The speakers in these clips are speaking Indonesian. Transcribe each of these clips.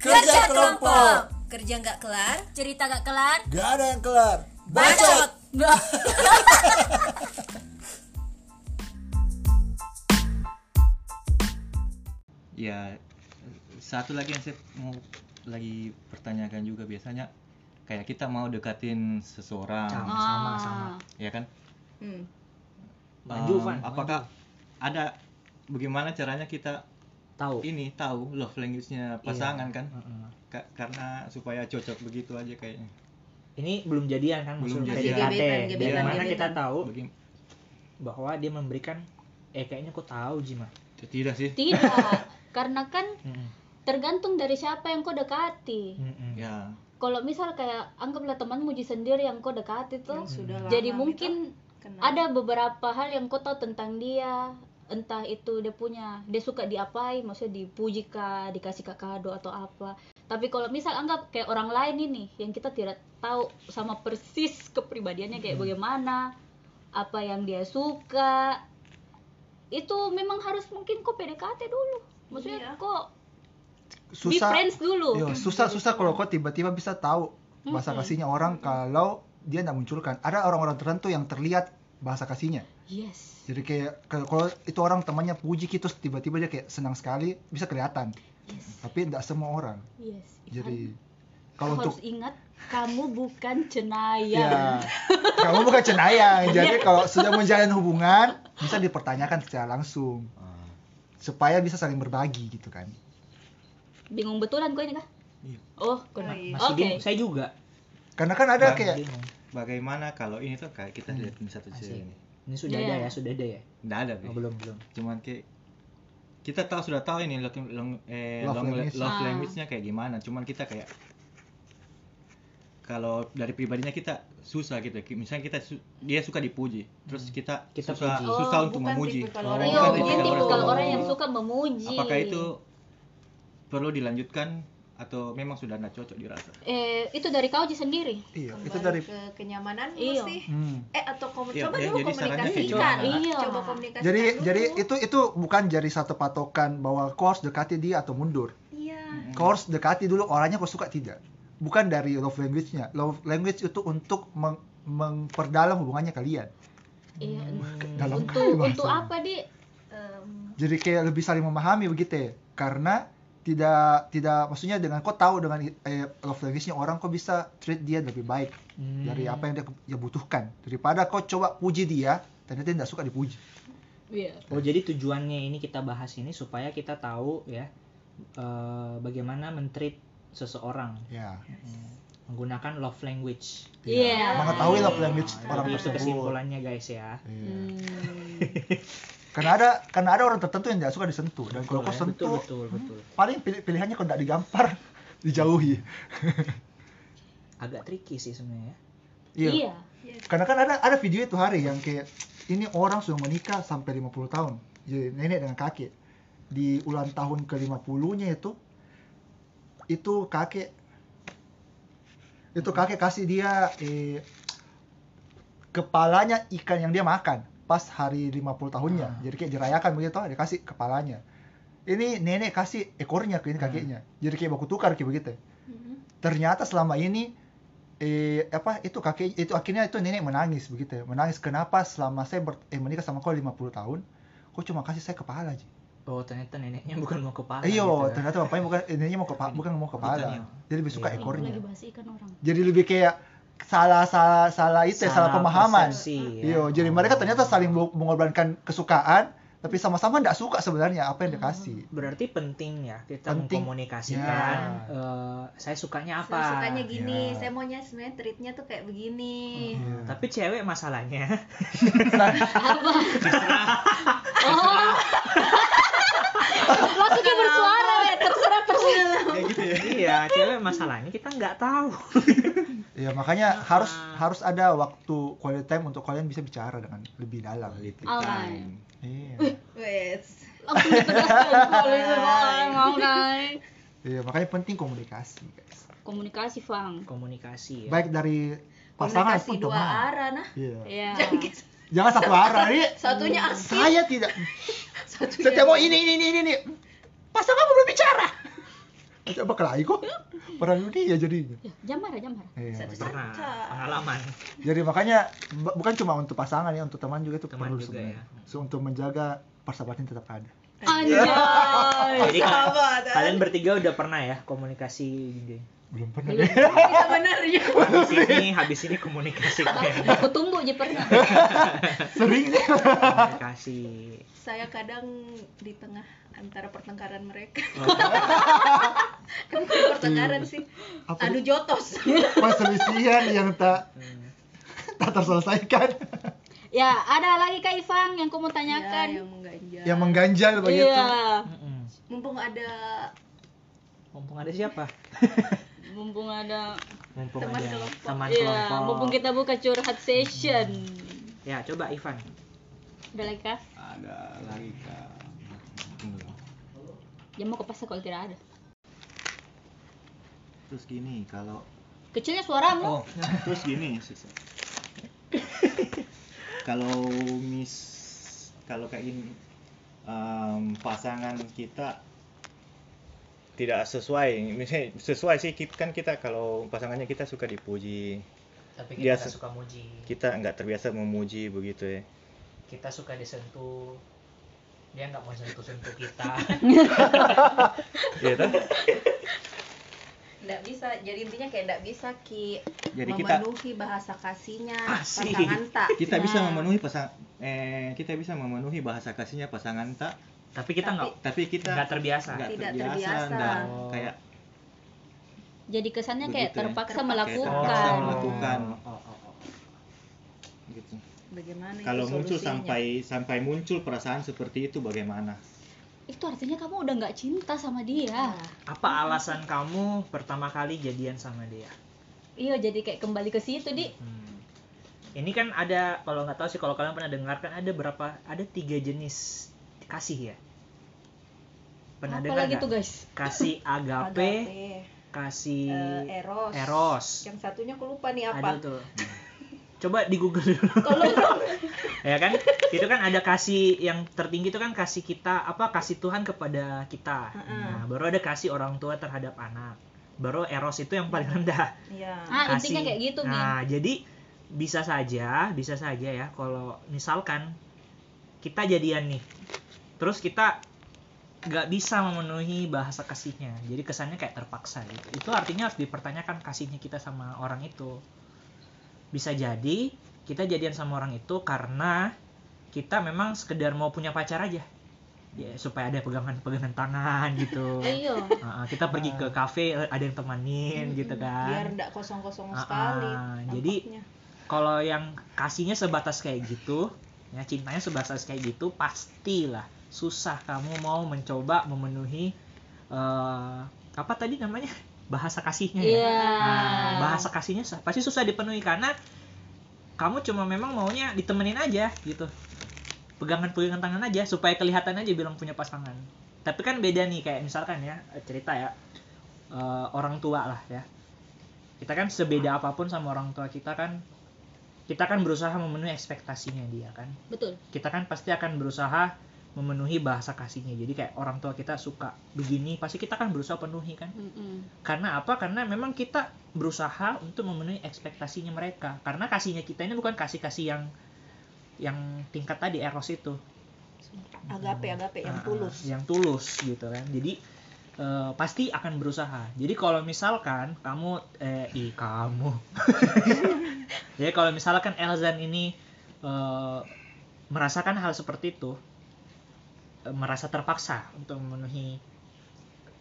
Kerja kelompok. Kerja nggak kelar? Cerita gak kelar? Gak ada yang kelar. Bacot. Nah, Ya, satu lagi yang saya mau lagi pertanyakan juga biasanya kayak kita mau dekatin seseorang, Sama, sama, ah. sama. ya kan? Hmm. Maju, Um, Van, apakah ada bagaimana caranya kita Tahu. Iya. ini tahu love Iya. language-nya pasangan kan? Heeh. Ka- karena supaya cocok begitu aja kayaknya. Ini belum jadian kan Belum maksudnya jadian. PDKT. Gebetan, Iya, gebetan, Bagaimana gebetan. kita tahu Bagaim- bahwa dia memberikan eh kayaknya aku tahu Jima. Tidak sih. Tidak, karena kan Heeh. tergantung dari siapa yang kau dekati. Heeh. Iya. Ya, Kalau misal kayak anggaplah temanmu Ji sendiri yang kau dekati tuh, Sudah lama jadi gitu. mungkin Kenal. ada beberapa hal yang kau tahu tentang dia. Entah itu dia punya, dia suka diapain, maksudnya dipuji kah, dikasih kah kado atau apa. Tapi kalau misal anggap kayak orang lain ini yang kita tidak tahu sama persis kepribadiannya kayak Hmm. bagaimana, apa yang dia suka, itu memang harus mungkin kok PDKT dulu. Maksudnya Iya. kok be susah friends dulu. Iya, susah susah kalau kau tiba-tiba bisa tahu bahasa Mm-mm. kasihnya orang kalau dia nggak munculkan ada orang-orang tertentu yang terlihat bahasa kasihnya Yes. jadi kayak kalau- kalau itu orang temannya puji gitu terus tiba-tiba dia kayak senang sekali bisa kelihatan Yes. tapi nggak semua orang Yes. jadi Ivan, kalau kau untuk harus iya. ingat kamu bukan cenayang. ya kamu bukan cenayang jadi kalau sudah menjalin hubungan bisa dipertanyakan secara langsung supaya bisa saling berbagi gitu kan Bingung betulan kau ini kah? Iya. Oh, kau Oh, iya. Masih Oke. bingung. Saya juga. karena kan ada Bang, kayak Bingung. bagaimana kalau ini tuh kayak kita Hmm. liatin satu cewek Asik. ini? Ini sudah Iya. ada ya, sudah ada ya. Nggak ada, Bi. Oh, belum, belum. cuman kayak kita tahu sudah tahu ini love, long- eh, Love long- language. love Ah. language-nya kayak gimana cuman kita kayak kalau dari pribadinya kita susah gitu Ki- misalnya kita su- dia suka dipuji terus Hmm. kita, Kita susah puji. susah Oh, untuk bukan memuji tipikal Oh, Iya, orang yang- bukan mungkin tipikal tipe kalau orang. orang yang suka memuji. apakah itu perlu dilanjutkan atau memang sudah tidak cocok dirasa eh itu dari kau Ji sendiri? iya Kembali itu dari ke kenyamanan Iya. sih. hmm. Eh atau komu- Iya, coba iya, dulu jadi sarannya kayak gitu. komunikasikan. gimana? Iya. Coba komunikasikan Jadi dulu. jadi itu itu bukan jadi satu patokan bahwa kau harus dekati dia atau mundur. Iya. Hmm. Nah, Kau harus dekati dulu orangnya kau suka tidak. Bukan dari love language-nya. Love language itu untuk meng- memperdalam hubungannya kalian. Iya. Hmm. Dalam Untuk kali untuk bahasanya. apa, Di? Em, Jadi kayak lebih saling memahami begitu ya. Karena tidak tidak maksudnya dengan kau tahu dengan eh, love language-nya orang kau bisa treat dia lebih baik Hmm. dari apa yang dia, dia butuhkan daripada kau coba puji dia ternyata dia tidak suka dipuji. Iya. Oh jadi tujuannya ini kita bahas ini supaya kita tahu ya eh, bagaimana mentreat seseorang Ya. menggunakan love language. Iya. Mengetahui ya love language Nah, orang itu tersebut. kesimpulannya guys ya. Iya. Hmm. karena ada karena ada orang tertentu yang tidak suka disentuh dan kalau kau Betul, ya? sentuh betul betul betul. paling pilih pilihannya kalau tidak digampar dijauhi Agak tricky sih sebenarnya. ya. iya Iya. karena kan ada ada video itu hari yang kayak ini orang sudah menikah sampai 50 tahun jadi nenek dengan kakek di ulang tahun ke 50 nya itu itu kakek itu kakek kasih dia eh, kepalanya ikan yang dia makan pas hari 50 tahunnya Hmm. jadi kayak dirayakan begitu dia kasih kepalanya ini nenek kasih ekornya ke ini kakeknya jadi kayak baku tukar kayak begitu ternyata selama ini eh apa itu kakek itu akhirnya itu nenek menangis begitu ya. menangis kenapa selama saya ber, eh, menikah sama kau 50 tahun kau cuma kasih saya kepala aja Oh ternyata neneknya bukan mau kepala. iya gitu ya. ternyata bapaknya bukan eh, neneknya mau kepala bukan mau Bukan, kepala jadi lebih suka Iya. ekornya Lagi bahas ikan orang. jadi lebih kayak salah salah salah itu ya, salah, pemahaman persepsi, ya. iya jadi mereka ternyata saling mengorbankan kesukaan tapi sama-sama tidak suka sebenarnya apa yang dikasih Iya. berarti penting ya kita Penting. Iya. mengkomunikasikan eh, saya sukanya gitu. apa. Saya sukanya gini, Ya. saya maunya sebenarnya treatnya tuh kayak begini. Mm-hmm. Iya, Iya. Tapi cewek masalahnya Oh. Langsung dia bersuara ya, terserah terserah. gitu iya cewek masalahnya kita nggak tahu ya makanya harus harus ada waktu quality time untuk kalian bisa bicara dengan lebih dalam Alright. iya Wes. Langsung ditegaskan kalau semua orang mau kan. Iya, makanya penting komunikasi, guys. Komunikasi, Fang. komunikasi ya. Baik dari pasangan Iya. Komunikasi pun dua teman. arah Iya. nah. Iya. Iya. Mm. Jangan kayak Jangan satu arah, ini satunya asik, saya tidak. satunya Saya mau ini ini ini ini. Pasangan belum bicara. coba kelai kok perang dunia jadinya Ya, jam marah, jam marah. Iya, Satu betul. pernah Santai. pengalaman jadi makanya bu- bukan cuma untuk pasangan ya untuk teman juga itu Teman perlu juga sebenarnya ya. So, untuk menjaga persahabatan tetap ada jadi Anjay. kalian, Sahabatan. kalian bertiga udah pernah ya komunikasi gitu belum pernah Belum. Iya benar ya. habis ini habis ini komunikasi kalian Aku tumbuh aja pernah. sering sih. komunikasi Saya kadang di tengah antara pertengkaran mereka. Oh. Kan bukan Hmm. pertengkaran sih. apa Adu sih? jotos. Iya. perselisihan yang tak Iya. tak terselesaikan Ya, ada lagi Kak Ivang yang aku mau Ya, tanyakan. yang mengganjal. yang mengganjal begitu Iya. Mm-mm. Mumpung ada mumpung ada siapa Mumpung ada mumpung Teman ada kelompok. teman Iya, kelompok mumpung kita buka curhat session. ya coba Ivan Udah lagi kah? ada lagi kak Tunggu. Ya mau ke pasar kalau tidak ada. terus gini kalau Kecilnya oh suaramu. terus gini Sus. kalau mis kalau kayak gini em, pasangan kita tidak sesuai misalnya sesuai sih kit- kan kita kalau pasangannya kita suka dipuji tapi kita Dia nggak se- suka muji kita nggak terbiasa memuji begitu ya kita suka disentuh dia nggak mau sentuh-sentuh kita Iya toh? nggak bisa jadi intinya kayak nggak bisa ki jadi kita memenuhi bahasa kasihnya Asik. pasangan tak kita bisa Nah. memenuhi pasang eh kita bisa memenuhi bahasa kasihnya pasangan tak tapi kita Tapi- nggak tapi kita nggak terbiasa nggak Tidak terbiasa, terbiasa. nggak Oh. kayak Jadi kesannya kayak Begitu ya. terpaksa Terpaksa. Terpaksa melakukan. melakukan. Oh, oh, oh, oh. gitu bagaimana itu kalau muncul Iya, solusinya? sampai sampai muncul perasaan seperti itu bagaimana Itu artinya kamu udah nggak cinta sama dia. Nah, apa alasan kamu pertama kali jadian sama dia Iya, jadi kayak kembali ke situ, Di. Hmm. Ini kan ada kalau nggak tahu sih kalau kalian pernah dengar kan ada berapa ada tiga jenis kasih ya. Pernah Apa dengar lagi tuh, nggak? guys? Kasih agape, agape, kasih eh, eros eros. yang satunya aku lupa nih Ada apa tuh. Coba di Google dulu. tolong ya kan? Itu kan ada kasih yang tertinggi itu kan kasih kita apa kasih Tuhan kepada kita. Mm-mm. Nah, baru ada kasih orang tua terhadap anak. Baru eros itu yang paling rendah. ya Ah, intinya kasih. kayak gitu, Min. Nah, jadi bisa saja, bisa saja ya kalau misalkan kita jadian nih. Terus kita nggak bisa memenuhi bahasa kasihnya. Jadi kesannya kayak terpaksa gitu. Itu artinya harus dipertanyakan kasihnya kita sama orang itu. Bisa jadi kita jadian sama orang itu karena kita memang sekedar mau punya pacar aja. Ya, supaya ada pegangan-pegangan tangan gitu. Iya. Ah, kita pergi ke kafe ada yang temanin gitu kan biar nggak kosong kosong Ah, sekali ah, jadi- nampaknya. kalau yang kasihnya sebatas kayak gitu ya cintanya sebatas kayak gitu pastilah susah kamu mau mencoba memenuhi eh, apa tadi namanya bahasa kasihnya ya Iya. Nah, bahasa kasihnya sa- pasti susah dipenuhi karena kamu cuma memang maunya ditemenin aja gitu pegangan-pegangan tangan aja supaya kelihatan aja bilang punya pasangan tapi kan beda nih kayak misalkan ya cerita ya eh, orang tua lah ya kita kan sebeda apapun sama orang tua kita kan kita kan berusaha memenuhi ekspektasinya dia kan Betul. kita kan pasti akan berusaha memenuhi bahasa kasihnya jadi kayak orang tua kita suka begini pasti kita kan berusaha penuhi kan Mm-mm. karena apa? Karena memang kita berusaha untuk memenuhi ekspektasinya mereka. Karena kasihnya kita ini bukan kasih-kasih yang yang tingkat tadi eros itu. agape agape yang Ah, tulus Yang tulus gitu kan. Jadi eh, pasti akan berusaha. Jadi kalau misalkan kamu eh i kamu. Jadi kalau misalkan Elzan ini eh, merasakan hal seperti itu eh, merasa terpaksa untuk memenuhi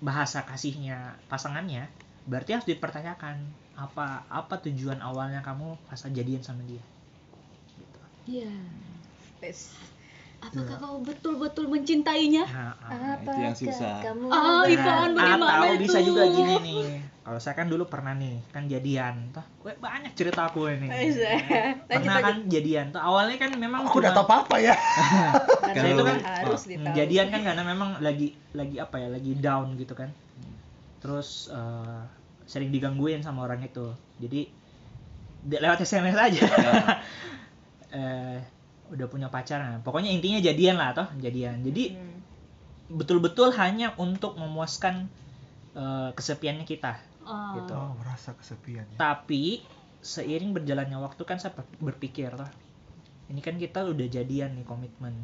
bahasa kasihnya pasangannya, berarti harus dipertanyakan apa apa tujuan awalnya kamu pas jadian sama dia. Gitu. Iya. Pes. Apakah kau betul-betul Eh, mencintainya? Nah, ah. itu yang susah. kamu Ah, itu Nah, Ivan, bagaimana atau bisa itu? juga gini nih kalau saya kan dulu pernah nih kan jadian tuh gue banyak cerita aku ini Eh, saya. Lanjut, pernah kan jadian tuh awalnya kan memang aku udah cuma- tau apa ya karena Kalau- itu kan harus Hmm, ditahu jadian kan karena memang lagi lagi apa ya lagi down gitu kan terus eh, sering digangguin sama orang itu jadi de- lewat sms aja Eh, udah punya pacaran pokoknya intinya jadian lah toh jadian jadi Hmm. betul-betul hanya untuk memuaskan eh, kesepiannya kita Ah. Gitu. Oh, Nah, merasa kesepian ya. tapi seiring berjalannya waktu kan saya berpikir lah ini kan kita udah jadian nih komitmen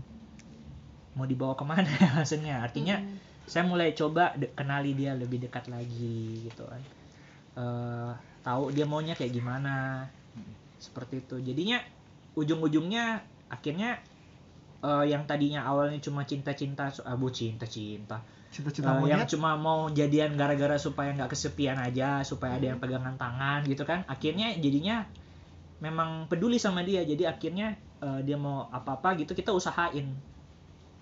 mau dibawa kemana maksudnya Hmm. artinya Mm. saya mulai coba de- kenali dia lebih dekat lagi gitu kan Eh, tahu dia maunya kayak gimana seperti itu jadinya ujung-ujungnya akhirnya eh, yang tadinya awalnya cuma cinta-cinta so- ah, bu cinta-cinta Cinta-cinta Eh, yang monyet. cuma mau jadian gara-gara supaya nggak kesepian aja supaya ada yang pegangan tangan gitu kan akhirnya jadinya memang peduli sama dia jadi akhirnya eh, dia mau apa-apa gitu kita usahain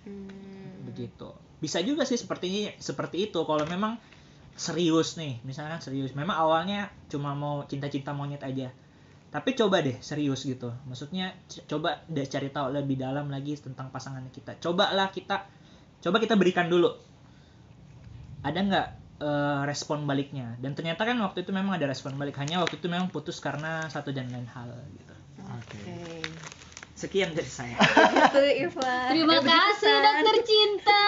Hmm, begitu bisa juga sih seperti seperti itu kalau memang serius nih misalnya kan serius memang awalnya cuma mau cinta-cinta monyet aja tapi coba deh serius gitu maksudnya c- coba deh cari tahu lebih dalam lagi tentang pasangan kita cobalah kita coba kita berikan dulu ada nggak eh, respon baliknya dan ternyata kan waktu itu memang ada respon balik hanya waktu itu memang putus karena satu dan lain hal gitu Oke. sekian dari saya Itu Irfan. Terima kasih dokter cinta.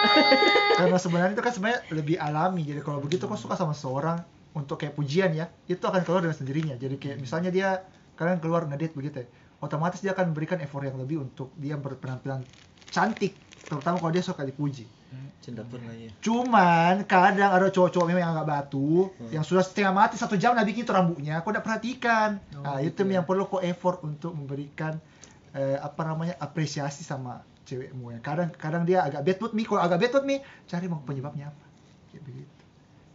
Karena sebenarnya itu kan sebenarnya lebih alami. Jadi kalau begitu kau suka sama seorang untuk kayak pujian ya, itu akan keluar dengan sendirinya. Jadi kayak Hmm. misalnya dia kalian keluar ngedate begitu ya, otomatis dia akan memberikan effort yang lebih untuk dia berpenampilan cantik, terutama kalau dia suka dipuji. Hmm. cinta pun lagi Cuman kadang ada cowok-cowok memang yang agak batu, Hmm. yang sudah setengah mati satu jam udah bikin itu rambutnya, kau udah perhatikan. Oh, nah, itu gitu ya. yang perlu kau effort untuk memberikan eh, apa namanya apresiasi sama cewekmu. ya. Kadang kadang dia agak bad mood mi, kalau agak bad mood mi, cari mau penyebabnya apa. Kayak begitu.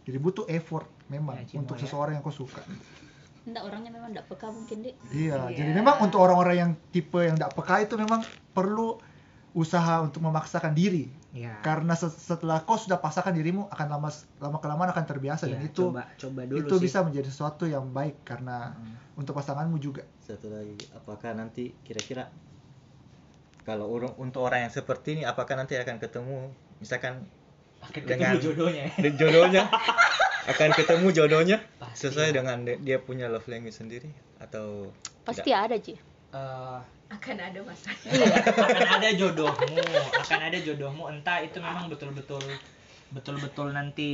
Jadi butuh effort memang Ya, cinta untuk ya. seseorang yang kau suka. Enggak orangnya memang enggak peka mungkin, Dik. Iya, Iya. jadi memang untuk orang-orang yang tipe yang tidak peka itu memang perlu usaha untuk memaksakan diri ya karena se- setelah kau sudah pasangkan dirimu akan lama lama kelamaan akan terbiasa dan Ya, itu coba coba dulu itu sih. bisa menjadi sesuatu yang baik karena Hmm. untuk pasanganmu juga satu lagi apakah nanti kira-kira kalau orang- untuk orang yang seperti ini apakah nanti akan ketemu misalkan Akan dengan- Eh. ketemu jodohnya ya. de- jodohnya akan ketemu jodohnya Pasti sesuai lah. dengan de- dia punya love language sendiri atau Pasti ada, Ci. Eh, Akan ada masanya. akan ada jodohmu akan ada jodohmu entah itu memang betul-betul betul-betul nanti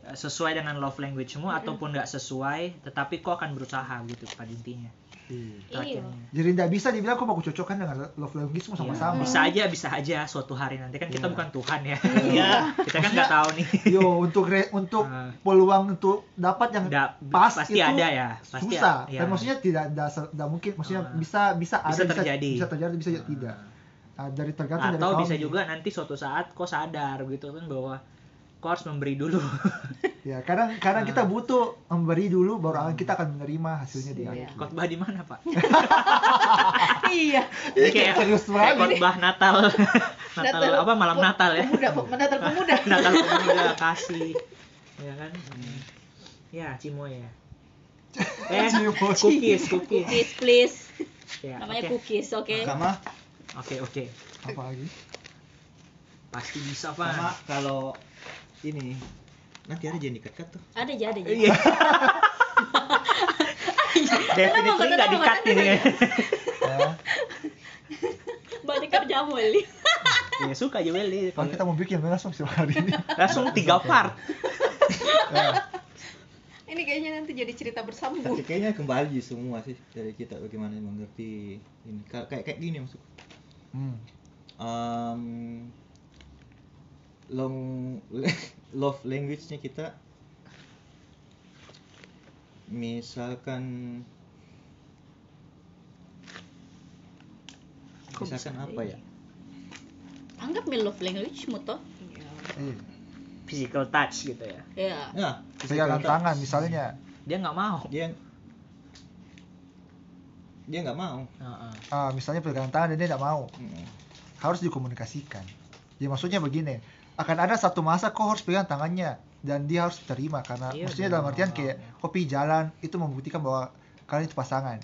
eh, sesuai dengan love language-mu ataupun nggak sesuai tetapi kau akan berusaha gitu pada intinya Iya. akhirnya. jadi tidak bisa dibilang kok mau cocokkan dengan love language-mu Oh, sama-sama Iya, bisa aja bisa aja suatu hari nanti kan kita Iya. bukan Tuhan ya kita kan nggak tahu nih yo untuk re- untuk Ah. peluang untuk dapat yang Eh, Nggak- Iya. pas pasti itu ada ya pasti susah ya. dan maksudnya tidak tidak se- tidak mungkin maksudnya Ah. bisa bisa ada Bisa terjadi. Hmm. bisa terjadi bisa tidak Ah, dari tergantung dari atau kaum bisa ini. juga nanti suatu saat kau sadar gitu kan bahwa kau harus memberi dulu ya kadang kadang kita Hmm. butuh memberi dulu baru kita akan menerima hasilnya di Iya. akhir khotbah di mana pak Iya. Ini Kayak- serius banget Kayak khotbah Natal. Natal Natal. apa malam Natal ya? Pemuda, pem- Natal pemuda. Natal pemuda kasih. Ya kan? Ya, cimoy ya. Eh, Cimoy. cookies, cookies. Cookies, please. Ya, Iya. Namanya oke. cookies, oke. sama Oke, oke. apa lagi Pasti bisa, sama Pak. kalau ini nanti ada jadi dekat tuh Ada aja, ada aja. Iya. Kenapa, Definitely kenapa, nggak di-cut kenapa, ini ya. ya. Balik kerjamu, Eli. Ya, suka juga Li. Kalau kita mau bikin langsung sih hari ini. Langsung tiga part. Nah. Ini kayaknya nanti jadi cerita bersambung. tapi kayaknya kembali semua sih dari kita bagaimana mengerti ini Ka- kayak kayak gini maksud Hmm. um, long love language-nya kita misalkan Kok misalkan bisa apa ya Anggap me love language mu toh. Iya. Iya. Physical touch gitu ya. Ya. nah Pegangan tangan misalnya. Dia nggak mau. dia dia nggak mau Heeh. Ah, misalnya pegangan tangan dan dia tidak mau. Mm. Harus dikomunikasikan. Ya maksudnya begini, akan ada satu masa kau harus pegang tangannya dan dia harus terima karena Iya, maksudnya dia dalam artian mau. kayak kopi jalan itu membuktikan bahwa kalian itu pasangan.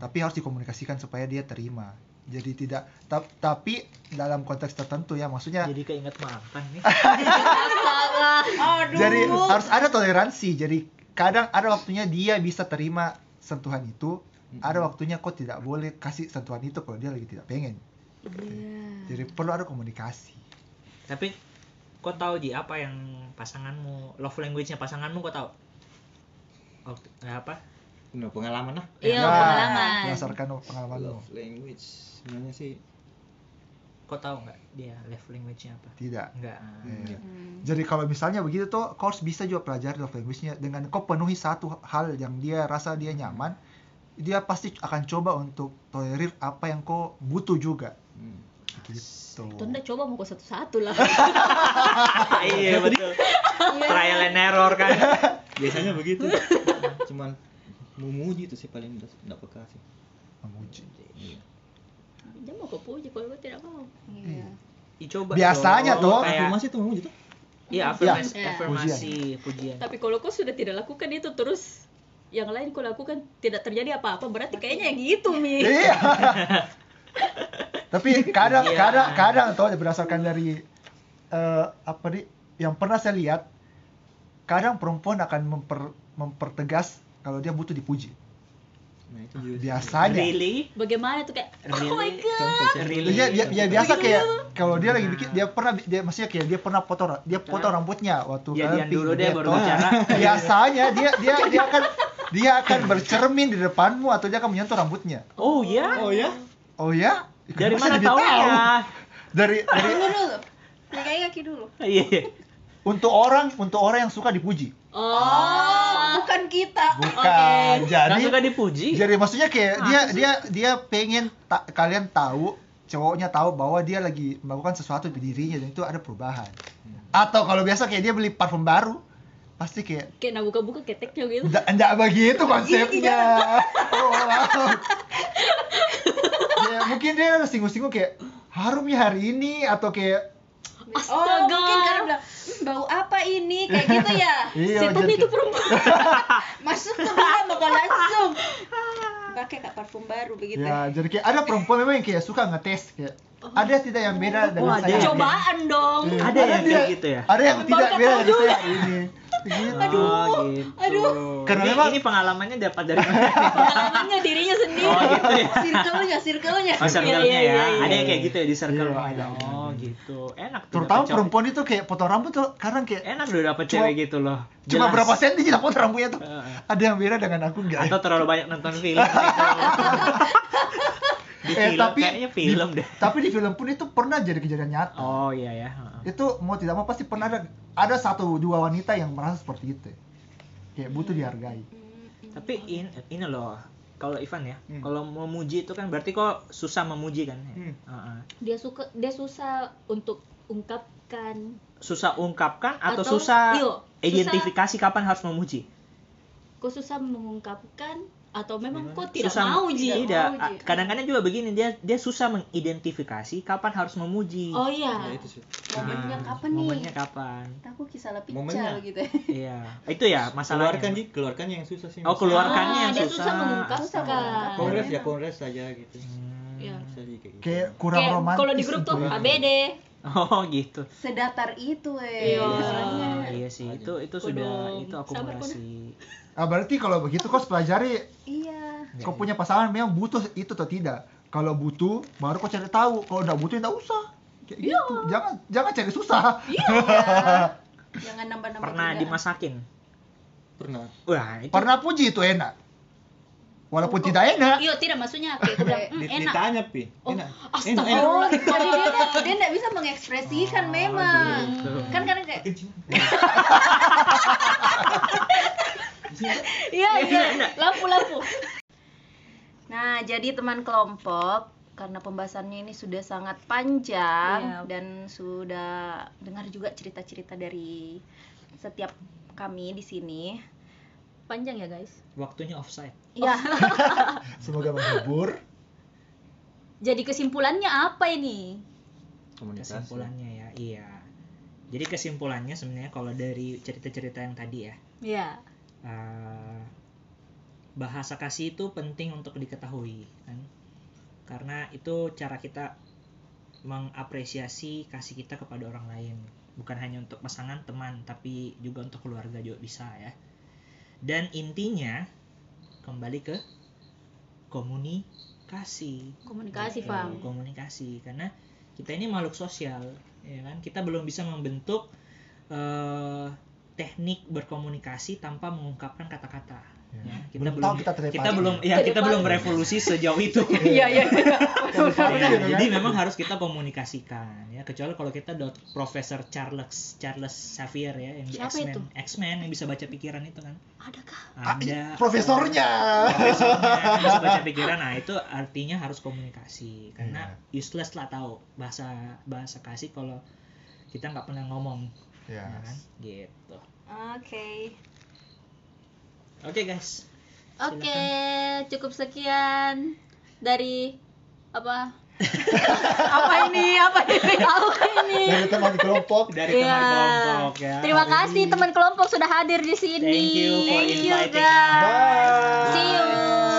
Tapi harus dikomunikasikan supaya dia terima. Jadi tidak ta- tapi dalam konteks tertentu ya maksudnya Jadi keinget mantan nih. Aduh. Jadi harus ada toleransi. Jadi kadang ada waktunya dia bisa terima sentuhan itu, ada waktunya kok tidak boleh kasih sentuhan itu Iya. kalau dia lagi tidak pengen. Jadi perlu ada komunikasi. Tapi kau tahu di apa yang pasanganmu love language-nya pasanganmu kau tahu Oh, eh, apa Nah, pengalaman lah. Nah, Iya, pengalaman. Berdasarkan pengalaman lo. Love language sebenarnya sih kau tahu nggak dia love language-nya apa Tidak. enggak Mm. Iya. Hmm. Jadi kalau misalnya begitu tuh, kau harus bisa juga pelajari love language-nya dengan kau penuhi satu hal yang dia rasa dia nyaman, dia pasti akan coba untuk tolerir apa yang kau butuh juga. hmm. Gitu. Itu ndak coba mau ke satu-satu lah. iya betul Iya. trial and error kan biasanya begitu cuman memuji itu sih paling udah nggak peka sih Memuji. Iya. Dia mau ke puji kalau gue tidak mau. Iya. Ih, coba Biasanya dong, tuh. kayak afirmasi itu memuji tuh iya afirmasi, Ya. afirmasi pujian Tapi kalau kau sudah tidak lakukan itu terus yang lain kau lakukan tidak terjadi apa-apa berarti kayaknya gitu Mi. Iya. Tapi kadang Iya. kadang kadang tuh berdasarkan dari eh, apa nih yang pernah saya lihat kadang perempuan akan memper- mempertegas kalau dia butuh dipuji. nah itu juga sih. Biasanya. really Bagaimana tuh kayak really oh my god. contoh contoh. Really? Iya, dia, dia biasa kayak kalau dia lagi Nah. bikin dia pernah bi- dia maksudnya kayak dia pernah potong ra- dia potong rambutnya waktu Jadian camping, Iya, dulu dia deh baru potong. bicara. Biasanya dia dia dia akan dia akan bercermin di depanmu atau dia akan menyentuh rambutnya. oh ya oh iya? ya Oh ya? dari Kenapa mana jadi tahu? tahunya Dari dari Tunggu dulu. Pegang kaki dulu. iya untuk orang untuk orang yang suka dipuji. Oh. Bukan kita. Bukan. nggak Jadi suka dipuji Ah, jadi maksudnya kayak Apa dia sih? dia dia pengen ta- kalian tahu cowoknya tahu bahwa dia lagi melakukan sesuatu di dirinya dan itu ada perubahan. Atau kalau biasa kayak dia beli parfum baru pasti kayak Kayak nah buka-buka keteknya gitu. Nggak, nggak begitu konsepnya. Oh, Iya. wow. ya, mungkin dia harus singgung-singgung kayak harumnya hari ini atau kayak Oh, Astaga. mungkin karena bilang, "Hmm, bau apa ini? Kayak gitu ya. iya Setan jadi itu kayak- perempuan. Masuk ke dalam bukan langsung. Pakai kak parfum baru Gitu. begitu. ya jadi kayak ada perempuan memang yang kayak suka ngetes kayak ada tidak yang beda dari Oh, ada saya yang Cobaan dong. Iya. ada yang dia- kayak gitu ya ada yang tidak Baru beda tahu dari saya juga. ini Gitu. Oh, gitu. aduh. Karena Ini- memang- ini pengalamannya dapat dari mana? Pengalamannya dirinya sendiri. Oh, gitu ya. Circle-nya, circle-nya. Oh, circle-nya Iya, ya. iya, iya, Ada iya. yang kayak gitu ya di circle. Iya, ada, oh, gitu. Enak tuh. terutama dapet cewek. perempuan itu kayak potong rambut tuh kadang kayak Enak udah dapet Cuma- cewek gitu loh. cuma Eh, Jelas. berapa senti dia potong rambutnya tuh Heeh. ada yang beda dengan aku enggak ya? Atau terlalu banyak nonton film. gitu. di Eh, film, tapi- kayaknya film deh. tapi di film pun itu pernah jadi kejadian nyata Oh iya ya. heeh. itu mau tidak mau pasti pernah ada ada satu dua wanita yang merasa seperti itu kayak butuh dihargai Tapi in, ini loh, kalau Ivan ya, Hmm. kalau memuji itu kan berarti kok susah memuji kan? ya? Hmm. Heeh. Dia suka dia susah untuk ungkapkan Susah ungkapkan atau, Atau- susah iyo, susah. identifikasi kapan harus memuji? kok susah mengungkapkan atau memang kok tidak susah mau tidak. Ji? Tidak mau, Ji. kadang-kadang juga begini dia dia susah mengidentifikasi kapan harus memuji Oh Ya, iya. itu sih Momennya Nah, kapan momennya nih? kapan Aku kisah lebih Momennya. gitu ya. iya itu ya masalahnya keluarkan sih keluarkan yang susah sih oh keluarkannya Ah, yang dia susah, susah mengungkapkan. Susah mengungkapkan. kongres ya kongres saja gitu Hmm. Iya. bisa jadi kayak gitu kayak kurang Kayak romantis kalau di grup tuh itu ya. ABD. oh gitu Sedatar itu, eh. Iya. Soalnya. iya sih itu itu Waduh, sudah itu sabar, akumulasi ah, berarti kalau begitu kau harus pelajari Iya. kau punya pasangan memang butuh itu atau tidak kalau butuh baru kau cari tahu kalau nggak butuh tidak usah kayak Iya. gitu jangan jangan cari susah Iya. Jangan nambah-nambah. pernah kerjaan. dimasakin pernah wah itu pernah puji itu enak walaupun tidak enak Iya, tidak maksudnya kayak aku bilang, "Hmm, Di- enak. ditanya pi Oh, enak enak enak Astagfirullah. Jadi Oh, dia dia nggak bisa mengekspresikan Oh, memang. gitu. Kan kadang kayak Iya, iya. Lampu-lampu. Nah, jadi teman kelompok karena pembahasannya ini sudah sangat panjang Iya. dan sudah dengar juga cerita-cerita dari setiap kami di sini. Panjang ya, guys. waktunya offside Ya, Iya. semoga menghibur Jadi kesimpulannya apa ini? komunikasi kesimpulannya ya iya jadi kesimpulannya sebenarnya kalau dari cerita-cerita yang tadi ya Ya. eh, bahasa kasih itu penting untuk diketahui kan karena itu cara kita mengapresiasi kasih kita kepada orang lain bukan hanya untuk pasangan teman tapi juga untuk keluarga juga bisa ya dan intinya kembali ke komunikasi Komunikasi, Betul, Fam. Iya, komunikasi karena kita ini makhluk sosial ya kan kita belum bisa membentuk eh, teknik berkomunikasi tanpa mengungkapkan kata-kata ya. kita Belum belum tahu kita terdepan. kita belum ya Ke kita depan. belum berevolusi sejauh itu Iya iya. Ya, iya. gitu Iya, jadi kan? memang harus kita komunikasikan ya kecuali kalau kita dot Profesor Charles Charles Xavier ya yang di Siapa X-Men itu? X-Men yang bisa baca pikiran itu kan Oh, Adakah? Ah, ada profesornya. profesornya yang bisa baca pikiran nah itu artinya harus komunikasi karena useless lah tahu bahasa bahasa kasih kalau kita nggak pernah ngomong Iya. ya kan gitu Oke. oke guys Oke, cukup sekian dari apa? Apa ini? Apa ini? Apa ini? Dari teman kelompok. dari Iya. teman kelompok ya Terima kasih teman kelompok sudah hadir di sini. Thank you for Thank you, inviting guys. Bye. See you.